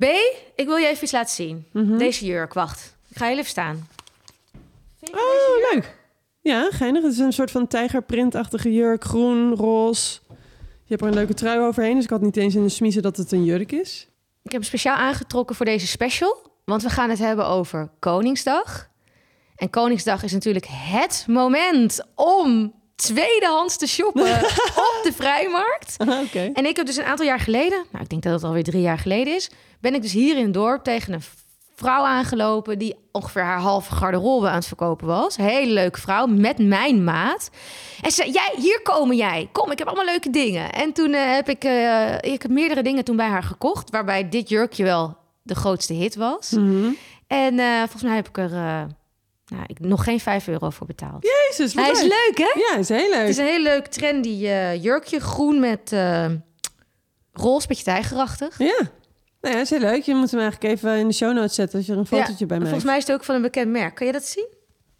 B, ik wil je even iets laten zien. Hm? Deze jurk, wacht. Ik ga heel even staan. Ah. Oh, leuk. Ja, geinig. Het is een soort van tijgerprintachtige jurk. Groen, roze. Je hebt er een leuke trui overheen, dus ik had niet eens in de smiezen dat het een jurk is. Ik heb hem speciaal aangetrokken voor deze special. Want we gaan het hebben over Koningsdag. En Koningsdag is natuurlijk het moment om tweedehands te shoppen op de vrijmarkt. Ah, Oké. En ik heb dus een aantal jaar geleden, nou ik denk dat het alweer drie jaar geleden is, ben ik dus hier in het dorp tegen een vrouw aangelopen die ongeveer haar halve garderobe aan het verkopen was. Hele leuke vrouw met mijn maat. En ze zei, jij, hier komen jij. Kom, ik heb allemaal leuke dingen. En toen eh, heb ik, eh, ik heb meerdere dingen toen bij haar gekocht, waarbij dit jurkje wel de grootste hit was. Mhm. En eh, volgens mij heb ik er eh, nou, ik, nog geen 5 euro voor betaald. Jezus, wat Hij is leuk, hè? Ja, hij is heel leuk. Het is een heel leuk trendy eh, jurkje. Groen met eh roze, beetje tijgerachtig. Ja. Nou ja, is heel leuk. Je moet hem eigenlijk even in de show notes zetten als je er een fotootje bij maakt. Volgens mij is het ook van een bekend merk. Kan je dat zien?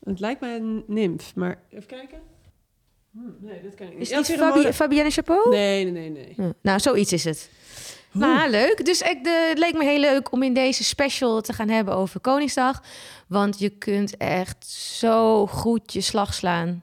Het lijkt mij een nimf, maar even kijken. Hm, nee, dat kan ik niet. Is Oh. het Ja, niet zie je de Fabi- mode- Fabienne Chapeau? Nee, nee, nee, nee. Hm, Nou, zoiets is het. Maar leuk. Dus ik, de, het leek me heel leuk om in deze special te gaan hebben over Koningsdag. Want je kunt echt zo goed je slag slaan.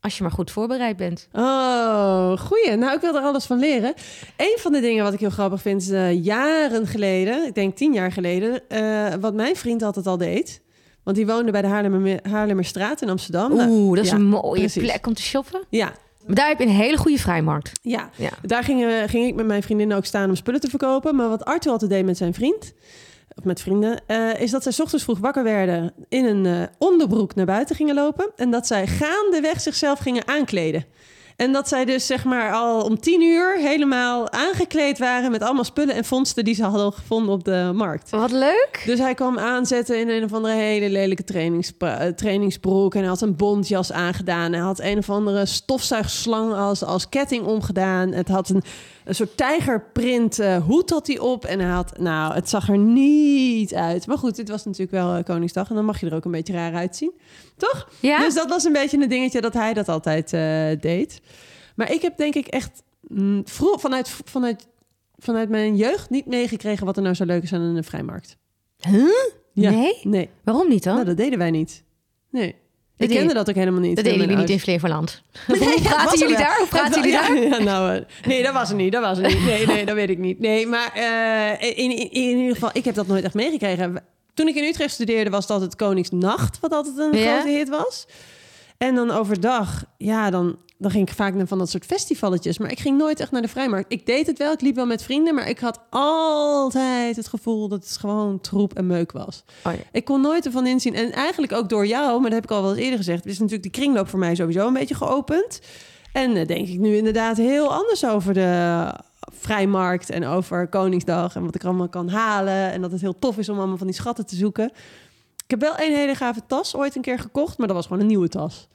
Als je maar goed voorbereid bent. Oh, goeie. Nou, ik wil er alles van leren. Een van de dingen wat ik heel grappig vind, is eh, jaren geleden, ik denk tien jaar geleden, eh, wat mijn vriend altijd al deed. Want die woonde bij de Haarlemmer, Haarlemmerstraat in Amsterdam. Nou, Oeh, dat is ja, een mooie precies. plek om te shoppen. Ja, Maar daar heb je een hele goede vrijmarkt. ja. Ja. Daar ging, eh, ging ik met mijn vriendinnen ook staan om spullen te verkopen. Maar wat Arthur altijd deed met zijn vriend, of met vrienden, eh, is dat zij 's ochtends vroeg wakker werden, in een eh, onderbroek naar buiten gingen lopen. En dat zij gaandeweg zichzelf gingen aankleden. En dat zij dus zeg maar al om tien uur helemaal aangekleed waren met allemaal spullen en vondsten die ze hadden gevonden op de markt. Wat leuk. Dus hij kwam aanzetten in een of andere hele lelijke trainingspra- eh, trainingsbroek. En hij had een bontjas aangedaan. Hij had een of andere stofzuigslang als, als ketting omgedaan. Het had een, een soort tijgerprint eh, hoed had hij op. En hij had, nou, het zag er niet uit. Maar goed, dit was natuurlijk wel eh, Koningsdag. En dan mag je er ook een beetje raar uitzien. Toch? Ja? Dus dat was een beetje een dingetje dat hij dat altijd eh, deed. Maar ik heb denk ik echt mm, vro- vanuit, vanuit, vanuit mijn jeugd niet meegekregen... wat er nou zo leuk is aan een vrijmarkt. Huh? Ja. Nee? Nee, Waarom niet dan? nou, dat deden wij niet. Nee. Dat ik deed- kende dat ook helemaal niet. dat bij deden jullie mijn niet in ouders. Flevoland. Hoe praten was er jullie wel. daar? Hoe praten jullie Ja, daar? ja, nou, eh, nee, dat was er niet. Dat was er niet. Nee, nee, dat weet ik niet. Nee, maar eh, in, in, in ieder geval, ik heb dat nooit echt meegekregen. Toen ik in Utrecht studeerde, was dat het Koningsnacht, wat altijd een Ja. grote hit was. En dan overdag, ja, dan, dan ging ik vaak naar van dat soort festivalletjes. Maar ik ging nooit echt naar de vrijmarkt. Ik deed het wel, ik liep wel met vrienden, maar ik had altijd het gevoel dat het gewoon troep en meuk was. Oh ja. Ik kon nooit ervan inzien. En eigenlijk ook door jou, maar dat heb ik al wel eens eerder gezegd. Is natuurlijk de kringloop voor mij sowieso een beetje geopend. En eh, denk ik nu inderdaad heel anders over de vrijmarkt en over Koningsdag en wat ik er allemaal kan halen. En dat het heel tof is om allemaal van die schatten te zoeken. Ik heb wel een hele gave tas ooit een keer gekocht, maar dat was gewoon een nieuwe tas.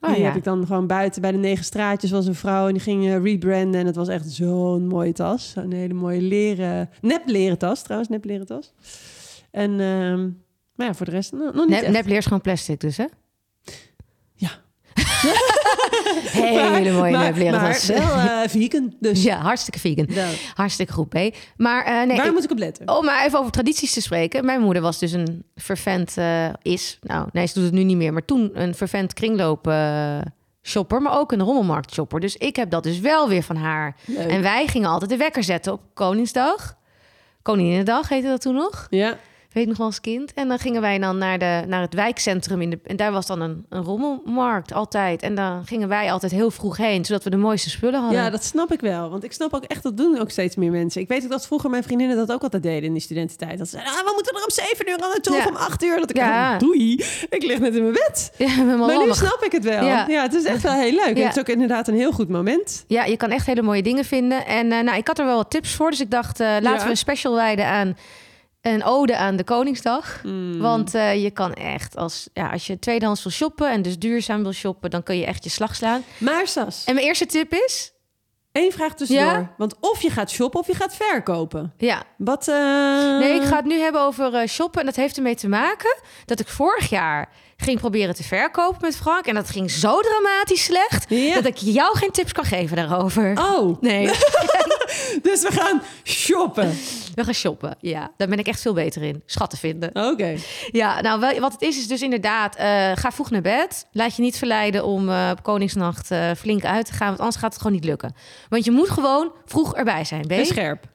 Oh, die ja. heb ik dan gewoon buiten bij de negen straatjes was een vrouw en die ging eh, rebranden. En het was echt zo'n mooie tas. Een hele mooie leren, nep leren tas trouwens, nep leren tas. En, ehm, maar ja, voor de rest nog nog niet Nep, echt. nepleer is gewoon plastic dus, hè? Ja. Hele mooie maar, nepleren maar tas. wel eh, vegan, dus Ja, hartstikke vegan. wel. Hartstikke goed, B. Maar eh, nee, waar ik- moet ik op letten? om maar even over tradities te spreken. Mijn moeder was dus een vervent, eh, is, nou nee, ze doet het nu niet meer, maar toen een vervent kringloop eh, shopper, maar ook een rommelmarkt shopper. Dus ik heb dat dus wel weer van haar. Leuk. En wij gingen altijd de wekker zetten op Koningsdag. Koninginnedag heette dat toen nog. Ja, weet ik nog wel als kind. En dan gingen wij dan naar, de, naar het wijkcentrum. In de, en daar was dan een, een rommelmarkt altijd. En dan gingen wij altijd heel vroeg heen, zodat we de mooiste spullen hadden. ja, dat snap ik wel. Want ik snap ook echt, dat doen ook steeds meer mensen. Ik weet ook dat vroeger mijn vriendinnen dat ook altijd deden in die studententijd. Dat ze zeiden, ah, we moeten er om zeven uur aan naartoe Ja. of om acht uur. Dat ik Ja. dacht, "Oh, doei, ik lig net in mijn bed. Ja, helemaal Maar nu lammig. snap ik het wel. Ja. Ja, het is echt wel heel leuk. Ja. Het is ook inderdaad een heel goed moment. Ja, je kan echt hele mooie dingen vinden. En eh, nou, ik had er wel wat tips voor. Dus ik dacht, eh, laten Ja. we een special wijden aan een ode aan de Koningsdag. Hmm. Mm. Want eh, je kan echt, als, ja, als je tweedehands wil shoppen en dus duurzaam wil shoppen, dan kun je echt je slag slaan. Maar Sas, En mijn eerste tip is, één vraag tussendoor. Ja? Want of je gaat shoppen of je gaat verkopen. ja, Wat? eh, Nee, ik ga het nu hebben over eh, shoppen. En dat heeft ermee te maken dat ik vorig jaar ging proberen te verkopen met Frank. En dat ging zo dramatisch slecht Ja. dat ik jou geen tips kan geven daarover. Oh, Nee. Dus we gaan shoppen. We gaan shoppen. Ja, daar ben ik echt veel beter in. Schatten vinden. Oké. Ja, nou, wel- wat het is, is dus inderdaad, eh, ga vroeg naar bed. Laat je niet verleiden om eh, op Koningsnacht eh, flink uit te gaan, want anders gaat het gewoon niet lukken. Want je moet gewoon vroeg erbij zijn, En ben je? scherp. Dus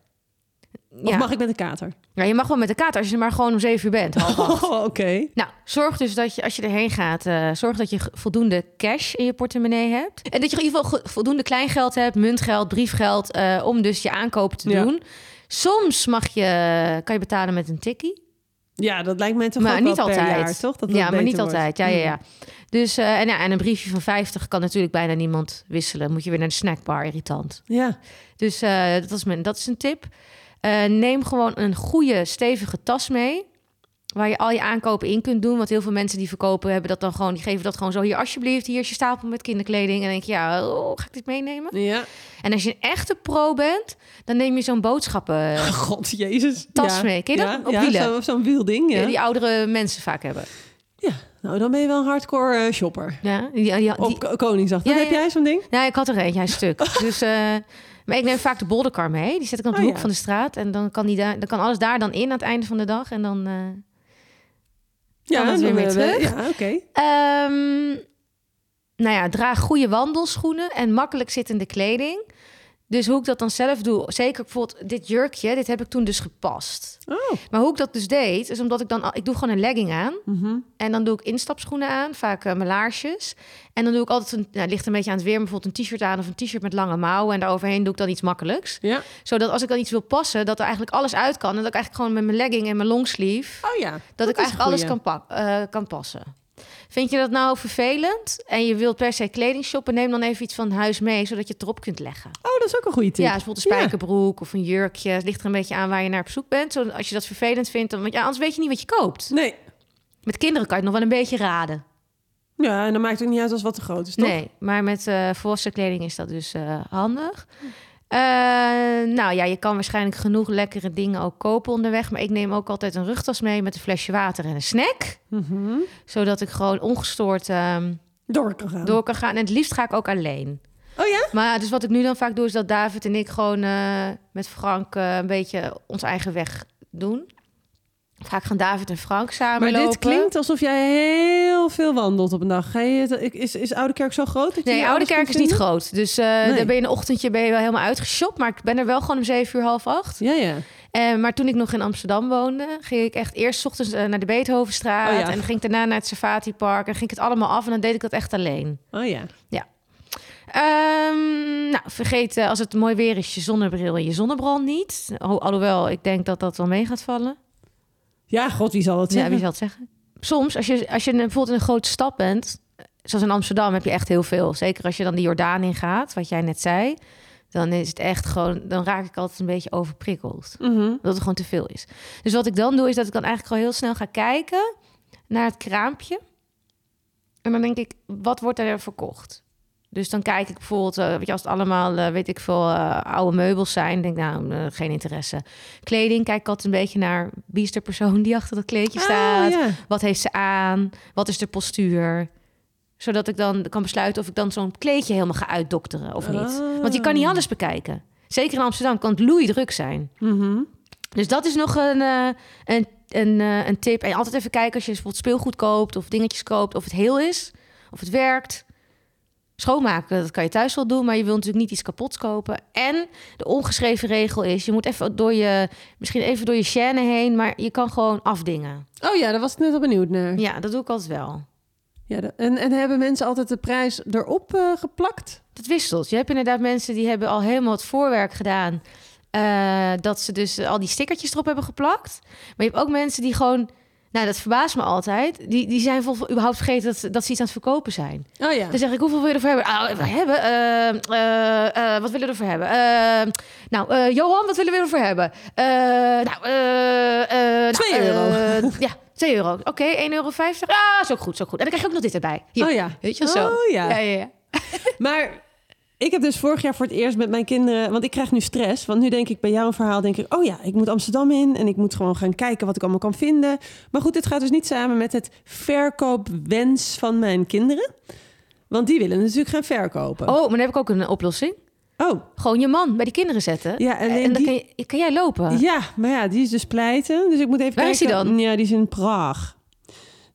Of Ja. mag ik met een kater? Ja, je mag wel met de kater als je er maar gewoon om zeven uur bent. half acht. Oh, oké. Nou, zorg dus dat je als je erheen gaat, eh, zorg dat je ge- voldoende cash in je portemonnee hebt. En dat je in ieder geval ge- voldoende kleingeld hebt, muntgeld, briefgeld, eh, om dus je aankopen te Ja. doen. Soms mag je, kan je betalen met een tikkie. Ja, dat lijkt mij toch maar ook niet wel altijd. per jaar, toch? Dat dat ja, maar beter niet wordt. Hmm. altijd. Ja, ja, ja. Dus, eh, en, ja, en een briefje van 50 kan natuurlijk bijna niemand wisselen. Moet je weer naar de snackbar, irritant. Hmm. Ja, Dus eh, dat, is mijn, dat is een tip. Eh, neem gewoon een goede, stevige tas mee. Waar je al je aankopen in kunt doen. Want heel veel mensen die verkopen hebben dat dan gewoon. Die geven dat gewoon zo. Hier, alsjeblieft, hier is je stapel met kinderkleding. En dan denk je, ja, oh, ga ik dit meenemen? ja. En als je een echte pro bent, dan neem je zo'n boodschappen. eh, God, jezus. Tas ja. mee. Ken je dat? Ja, Op ja, wielen. zo- zo'n wielding, ja. die oudere mensen vaak hebben. Ja, nou dan ben je wel een hardcore eh, shopper. Ja, die, die- die- Op Ko- Koningsdag. Dat Ja, heb ja. jij zo'n ding? Nou, ik had er eentje, hij is stuk. Dus, eh, maar ik neem vaak de bolderkar mee. Die zet ik dan op de Oh, hoek ja. van de straat. En dan kan, die daar, dan kan alles daar dan in aan het einde van de dag. En dan... eh, Kan dat dan, weer mee eh, we- terug? Ja, oké. Ehm, nou ja, draag goede wandelschoenen en makkelijk zittende kleding. Dus hoe ik dat dan zelf doe, zeker bijvoorbeeld dit jurkje, dit heb ik toen dus gepast. Oh. Maar hoe ik dat dus deed, is omdat ik dan, al- ik doe gewoon een legging aan. Mhm. En dan doe ik instapschoenen aan, vaak eh, mijn laarsjes. En dan doe ik altijd, een, nou, het ligt een beetje aan het weer, maar bijvoorbeeld een t-shirt aan of een t-shirt met lange mouwen. En daaroverheen doe ik dan iets makkelijks. Ja. Zodat als ik dan iets wil passen, dat er eigenlijk alles uit kan. En dat ik eigenlijk gewoon met mijn legging en mijn longsleeve Oh ja. dat, ik is eigenlijk alles een kan, pak, eh, kan passen. Vind je dat nou vervelend en je wilt per se kleding shoppen, neem dan even iets van huis mee, zodat je het erop kunt leggen. goeie. Oh, dat is ook een goede tip. Ja, dus bijvoorbeeld een spijkerbroek of een jurkje. Het ligt er een beetje aan waar je naar op zoek bent. Zodat als je dat vervelend vindt, dan, want ja, anders weet je niet wat je koopt. Nee. Met kinderen kan je het nog wel een beetje raden. Ja, en dan maakt het ook niet uit als wat te groot is, toch? Nee, maar met eh volwassen kleding is dat dus eh, handig. Eh, nou ja, je kan waarschijnlijk genoeg lekkere dingen ook kopen onderweg. Maar ik neem ook altijd een rugtas mee met een flesje water en een snack. Mhm. Zodat ik gewoon ongestoord ehm, Door kan gaan. door kan gaan. En het liefst ga ik ook alleen. Oh ja? Maar dus wat ik nu dan vaak doe, is dat David en ik gewoon eh, met Frank eh, een beetje ons eigen weg doen. Vaak gaan David en Frank samen Maar lopen. dit klinkt alsof jij heel veel wandelt op een dag. Ga je het- ik- is, is Oude Kerk zo groot? Dat je Nee, hier Oude alles Kerk kunt is niet vinden? groot. Dus eh daar ben je in de ochtendje ben je wel helemaal uitgeshopt. Maar ik ben er wel gewoon om zeven uur, half acht. Ja, ja. Eh, maar toen ik nog in Amsterdam woonde, ging ik echt eerst 's ochtends eh, naar de Beethovenstraat. Oh ja. En dan ging ik daarna naar het Safati Park. En ging ik het allemaal af en dan deed ik dat echt alleen. Oh ja. Ehm, nou, vergeet eh, als het mooi weer is je zonnebril en je zonnebrand niet. Ho- alhoewel, ik denk dat dat wel mee gaat vallen. Ja, god, wie zal dat Ja, zeggen? wie zal het zeggen? Soms, als je, als je bijvoorbeeld in een grote stad bent, zoals in Amsterdam, heb je echt heel veel. Zeker als je dan de Jordaan in gaat, wat jij net zei. Dan is het echt gewoon, dan raak ik altijd een beetje overprikkeld. Mhm. Dat het gewoon te veel is. Dus wat ik dan doe, is dat ik dan eigenlijk al heel snel ga kijken naar het kraampje. En dan denk ik, wat wordt er verkocht? Dus dan kijk ik bijvoorbeeld, eh, weet je, als het allemaal, eh, weet ik veel, eh, oude meubels zijn, denk ik, nou, eh, geen interesse. Kleding, kijk ik altijd een beetje naar wie is de persoon die achter dat kleedje staat? Ah, ja. Wat heeft ze aan? Wat is de postuur? Zodat ik dan kan besluiten of ik dan zo'n kleedje helemaal ga uitdokteren of niet. Ah. Want je kan niet alles bekijken. Zeker in Amsterdam kan het loeidruk zijn. Mhm. Dus dat is nog een, eh, een, een, eh, een tip. En altijd even kijken als je bijvoorbeeld speelgoed koopt of dingetjes koopt, of het heel is, of het werkt. Schoonmaken, dat kan je thuis wel doen, maar je wilt natuurlijk niet iets kapots kopen. En de ongeschreven regel is, je moet even door je, misschien even door je chaîne heen, maar je kan gewoon afdingen. Oh ja, daar was ik net al benieuwd naar. Ja, dat doe ik altijd wel. Ja, de- en, en hebben mensen altijd de prijs erop eh, geplakt? Dat wisselt. Je hebt inderdaad mensen die hebben al helemaal het voorwerk gedaan. eh, dat ze dus al die stickertjes erop hebben geplakt. Maar je hebt ook mensen die gewoon... Nou, dat verbaast me altijd. Die, die zijn vol, überhaupt vergeten dat, ze- dat ze iets aan het verkopen zijn. Oh ja. Dan zeg ik, hoeveel wil je ervoor hebben? Ah, we hebben eh, eh, eh, wat willen we ervoor hebben? Eh, nou, eh, Johan, wat willen we ervoor hebben? Eh, nou, eh, eh, nou, Twee euro. eh, ja, 2 euro. Oké, 1,50 euro. Ah, is ook goed, zo goed. En dan krijg je ook nog dit erbij. Hier, Oh ja. Weet je, zo. Oh ja. ja, ja, ja. Maar ik heb dus vorig jaar voor het eerst met mijn kinderen... Want ik krijg nu stress. Want nu denk ik bij jouw verhaal, denk ik... Oh ja, ik moet Amsterdam in. En ik moet gewoon gaan kijken wat ik allemaal kan vinden. Maar goed, dit gaat dus niet samen met het verkoopwens van mijn kinderen. Want die willen natuurlijk gaan verkopen. Oh, maar dan heb ik ook een oplossing. Oh, Gewoon je man bij die kinderen zetten. ja, en, en dan in die- kan, je, kan jij lopen. Ja, maar ja, die is dus pleiten. Dus ik moet even Waar is kijken. die dan? Ja, die is in Praag.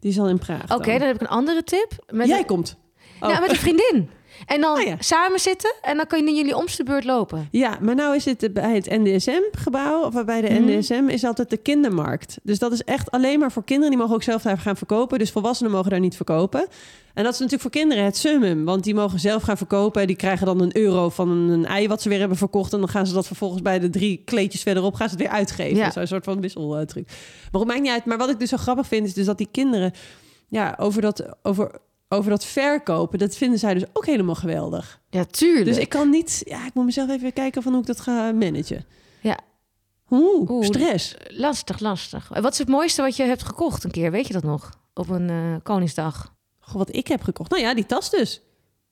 Die is al in Praag. Oké, dan heb ik een andere tip. Met Jij een, komt. Oh. nou, met een vriendin. En dan Oh ja. samen zitten en dan kunnen jullie om de beurt lopen. Ja, maar nou is het bij het NDSM-gebouw, of bij de Mhm. NDSM, is altijd de kindermarkt. Dus dat is echt alleen maar voor kinderen. Die mogen ook zelf daar gaan verkopen. Dus volwassenen mogen daar niet verkopen. En dat is natuurlijk voor kinderen het summum. Want die mogen zelf gaan verkopen. Die krijgen dan een euro van een, een ei wat ze weer hebben verkocht. En dan gaan ze dat vervolgens bij de drie kleedjes verderop gaan ze het weer uitgeven. Ja. Zo'n soort van wisseltruc. Maar het maakt niet uit. Maar wat ik dus zo grappig vind, is dus dat die kinderen ja, over, dat, over, over dat verkopen, dat vinden zij dus ook helemaal geweldig. Ja, tuurlijk. Dus ik kan niet... Ja, ik moet mezelf even kijken van hoe ik dat ga managen. Ja. Oeh, Oeh, stress. Lastig, lastig. En Wat is het mooiste wat je hebt gekocht een keer? Weet je dat nog? Op een eh, Koningsdag. Goh, wat ik heb gekocht. Nou ja, die tas dus.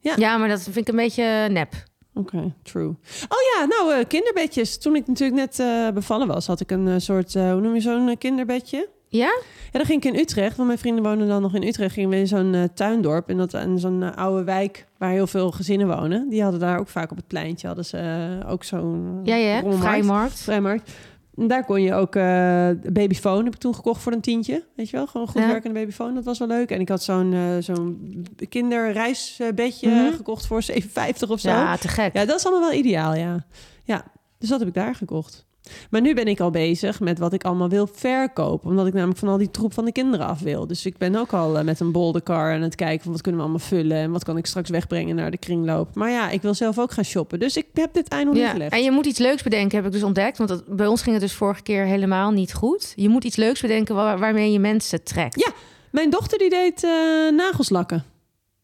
Ja. Ja, maar dat vind ik een beetje eh, nep. Oké, true. Oh ja, nou, eh, kinderbedjes. Toen ik natuurlijk net eh, bevallen was, had ik een eh, soort... eh, hoe noem je zo'n eh, kinderbedje? Ja? Ja, dan ging ik in Utrecht, want mijn vrienden wonen dan nog in Utrecht. Gingen we in zo'n eh, tuindorp, in, dat, in zo'n eh, oude wijk waar heel veel gezinnen wonen. Die hadden daar ook vaak op het pleintje, hadden ze eh, ook zo'n... Ja, ja. rommelmarkt. Vrijmarkt. Vrijmarkt. En daar kon je ook eh babyfoon heb ik toen gekocht voor een tientje. Weet je wel, gewoon een goed Ja. werkende babyfoon. Dat was wel leuk. En ik had zo'n eh, zo'n kinderreisbedje Mhm. gekocht voor 7,50 of zo. Ja. Ja, te gek. dat is allemaal wel ideaal, ja. Ja, dus dat heb ik daar gekocht. Maar nu ben ik al bezig met wat ik allemaal wil verkopen. Omdat ik namelijk van al die troep van de kinderen af wil. Dus ik ben ook al eh, met een boldenkar aan het kijken van wat kunnen we allemaal vullen. En wat kan ik straks wegbrengen naar de kringloop. Maar ja, ik wil zelf ook gaan shoppen. Dus ik heb dit eind nog niet Ja. gelegd. En je moet iets leuks bedenken, heb ik dus ontdekt. Want dat- bij ons ging het dus vorige keer helemaal niet goed. Je moet iets leuks bedenken waar- waarmee je mensen trekt. Ja. Mijn dochter die deed eh, nagels lakken.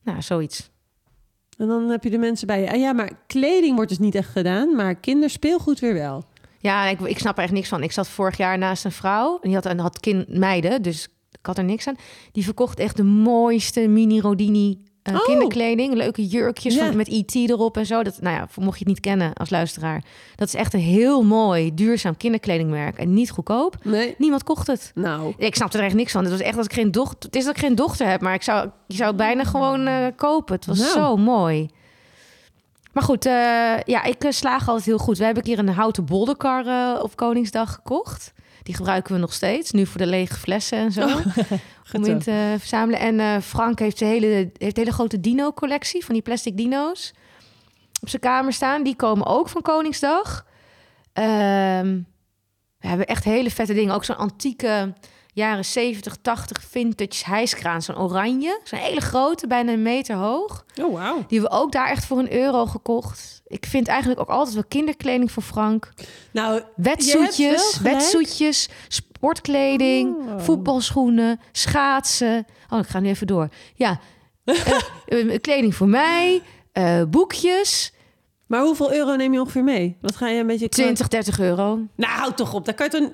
Nou, zoiets. En dan heb je de mensen bij je. Ah ja, maar kleding wordt dus niet echt gedaan, maar kinderspeelgoed weer wel. Ja, ik, ik snap er echt niks van. Ik zat vorig jaar naast een vrouw. En die had, en had kind, meiden, dus ik had er niks aan. Die verkocht echt de mooiste mini Rodini eh, Oh. kinderkleding. Leuke jurkjes Ja. van- met IT erop en zo. Dat, nou ja, mocht je het niet kennen als luisteraar. Dat is echt een heel mooi, duurzaam kinderkledingmerk. En niet goedkoop. Nee. Niemand kocht het. Nou, Ik snapte er echt niks van. Het was echt dat ik geen dochter. Het is dat ik geen dochter heb, maar ik zou, ik zou het bijna gewoon eh, kopen. Het was Nou. zo mooi. Maar goed, eh, ja, ik eh, slaag altijd heel goed. We hebben een keer een houten bolderkar eh, op Koningsdag gekocht. Die gebruiken we nog steeds. Nu voor de lege flessen en zo. om in zo. te verzamelen. En eh, Frank heeft de hele, heeft de hele grote dino-collectie van die plastic dino's op zijn kamer staan. Die komen ook van Koningsdag. Ehm, we hebben echt hele vette dingen. Ook zo'n antieke jaren 70, 80 vintage hijskraan. Zo'n oranje. Zo'n hele grote, bijna een meter hoog. Oh, wauw. Die hebben we ook daar echt voor een euro gekocht. Ik vind eigenlijk ook altijd wel kinderkleding voor Frank. Nou, Je hebt wel Wetsoetjes, gelijk. wetsoetjes, sportkleding, Oh. voetbalschoenen, schaatsen. Oh, ik ga nu even door. Ja, Eh, eh, kleding voor mij, eh, boekjes, maar hoeveel euro neem je ongeveer mee? Wat ga je een beetje... 20, 30 euro. Nou, houd toch op. Daar kan je toch...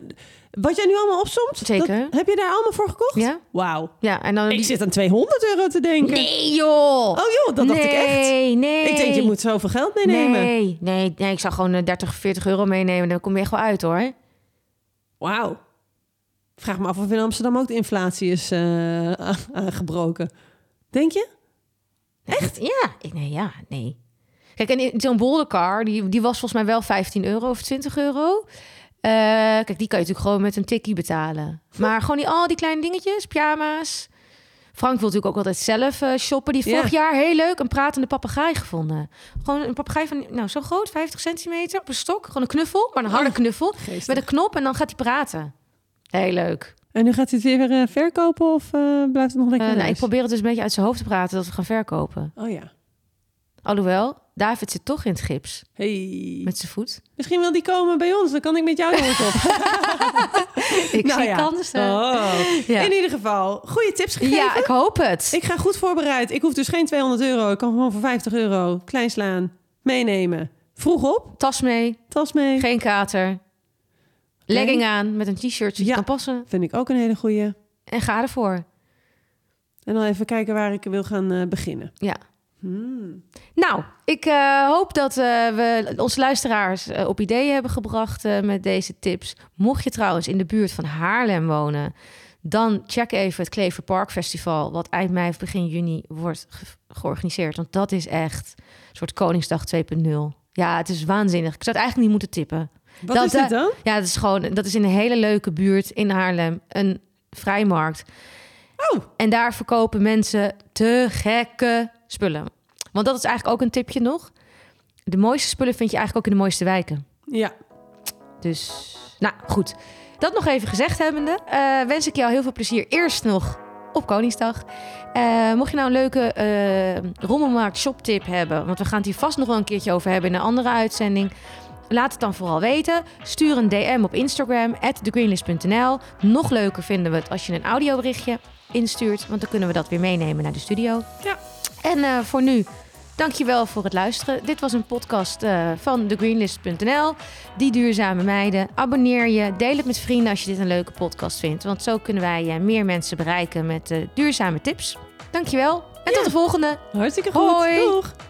Wat jij nu allemaal opzomt? Zeker. dat- heb je daar allemaal voor gekocht? Ja, Wauw. ja en dan... Ik zit aan 200 euro te denken. Nee joh! Oh joh, dat dacht ik echt. Nee, nee. Ik denk, je moet zoveel geld meenemen. Nee, nee, nee, ik zou gewoon eh, 30, 40 euro meenemen. Dan kom je echt wel uit hoor. Wauw. Vraag me af of in Amsterdam ook de inflatie is eh, aangebroken. Denk je? Echt? Ja, ik, nee, ja, nee. Kijk, en in- zo'n bolderkar, die, die was volgens mij wel 15 euro of 20 euro. Eh, kijk, die kan je natuurlijk gewoon met een tikkie betalen. Hm. Maar gewoon die, al die kleine dingetjes, pyjama's. Frank wil natuurlijk ook altijd zelf eh, shoppen. Die heeft Ja. vorig jaar heel leuk een pratende papegaai gevonden. Gewoon een papegaai van, nou, zo groot, 50 centimeter, op een stok. Gewoon een knuffel, maar een Oh. harde knuffel. Geestig. Met een knop en dan gaat hij praten. Heel leuk. En nu gaat hij het weer eh, verkopen of eh, blijft het nog Eh, lekker in nou, ik huis? probeer het dus een beetje uit zijn hoofd te praten dat we gaan verkopen. Oh ja. Alhoewel, David zit toch in het gips. Hey. Met zijn voet. Misschien wil die komen bij ons, dan kan ik met jou nog eens op. Ik Nou zie ja. kansen. Oh. Ja. In ieder geval, goede tips gegeven. ja, ik hoop het. Ik ga goed voorbereid. Ik hoef dus geen 200 euro. Ik kan gewoon voor 50 euro klein slaan, meenemen. Vroeg op, Tas mee, tas mee. geen kater. Legging aan met een t-shirt die Ja. kan passen. Vind ik ook een hele goede. En ga ervoor. En dan even kijken waar ik wil gaan eh, beginnen. Ja. Hmm. Nou, ik eh, hoop dat eh, we onze luisteraars eh, op ideeën hebben gebracht eh, met deze tips. Mocht je trouwens in de buurt van Haarlem wonen, dan check even het Klever Park Festival, wat eind mei of begin juni wordt ge- georganiseerd. Want dat is echt een soort Koningsdag 2.0. Ja, het is waanzinnig. Ik zou het eigenlijk niet moeten tippen. Wat Dat, is dit eh, dan? Ja, het is gewoon, dat is in een hele leuke buurt in Haarlem. Een vrijmarkt. Oh. En daar verkopen mensen te gekke spullen. Want dat is eigenlijk ook een tipje nog. De mooiste spullen vind je eigenlijk ook in de mooiste wijken. Ja. Dus, nou goed. Dat nog even gezegd hebbende, eh, wens ik jou heel veel plezier eerst nog op Koningsdag. Eh, mocht je nou een leuke eh rommelmarkt shoptip hebben, want we gaan het hier vast nog wel een keertje over hebben in een andere uitzending. Laat het dan vooral weten. Stuur een DM op Instagram, thegreenlist.nl. Nog leuker vinden we het als je een audioberichtje instuurt, want dan kunnen we dat weer meenemen naar de studio. Ja. En eh, voor nu, dankjewel voor het luisteren. Dit was een podcast eh, van thegreenlist.nl. Die duurzame meiden. Abonneer je. Deel het met vrienden als je dit een leuke podcast vindt. Want zo kunnen wij eh, meer mensen bereiken met eh, duurzame tips. Dankjewel. En tot de volgende. Hartstikke goed. Hoi. Doeg.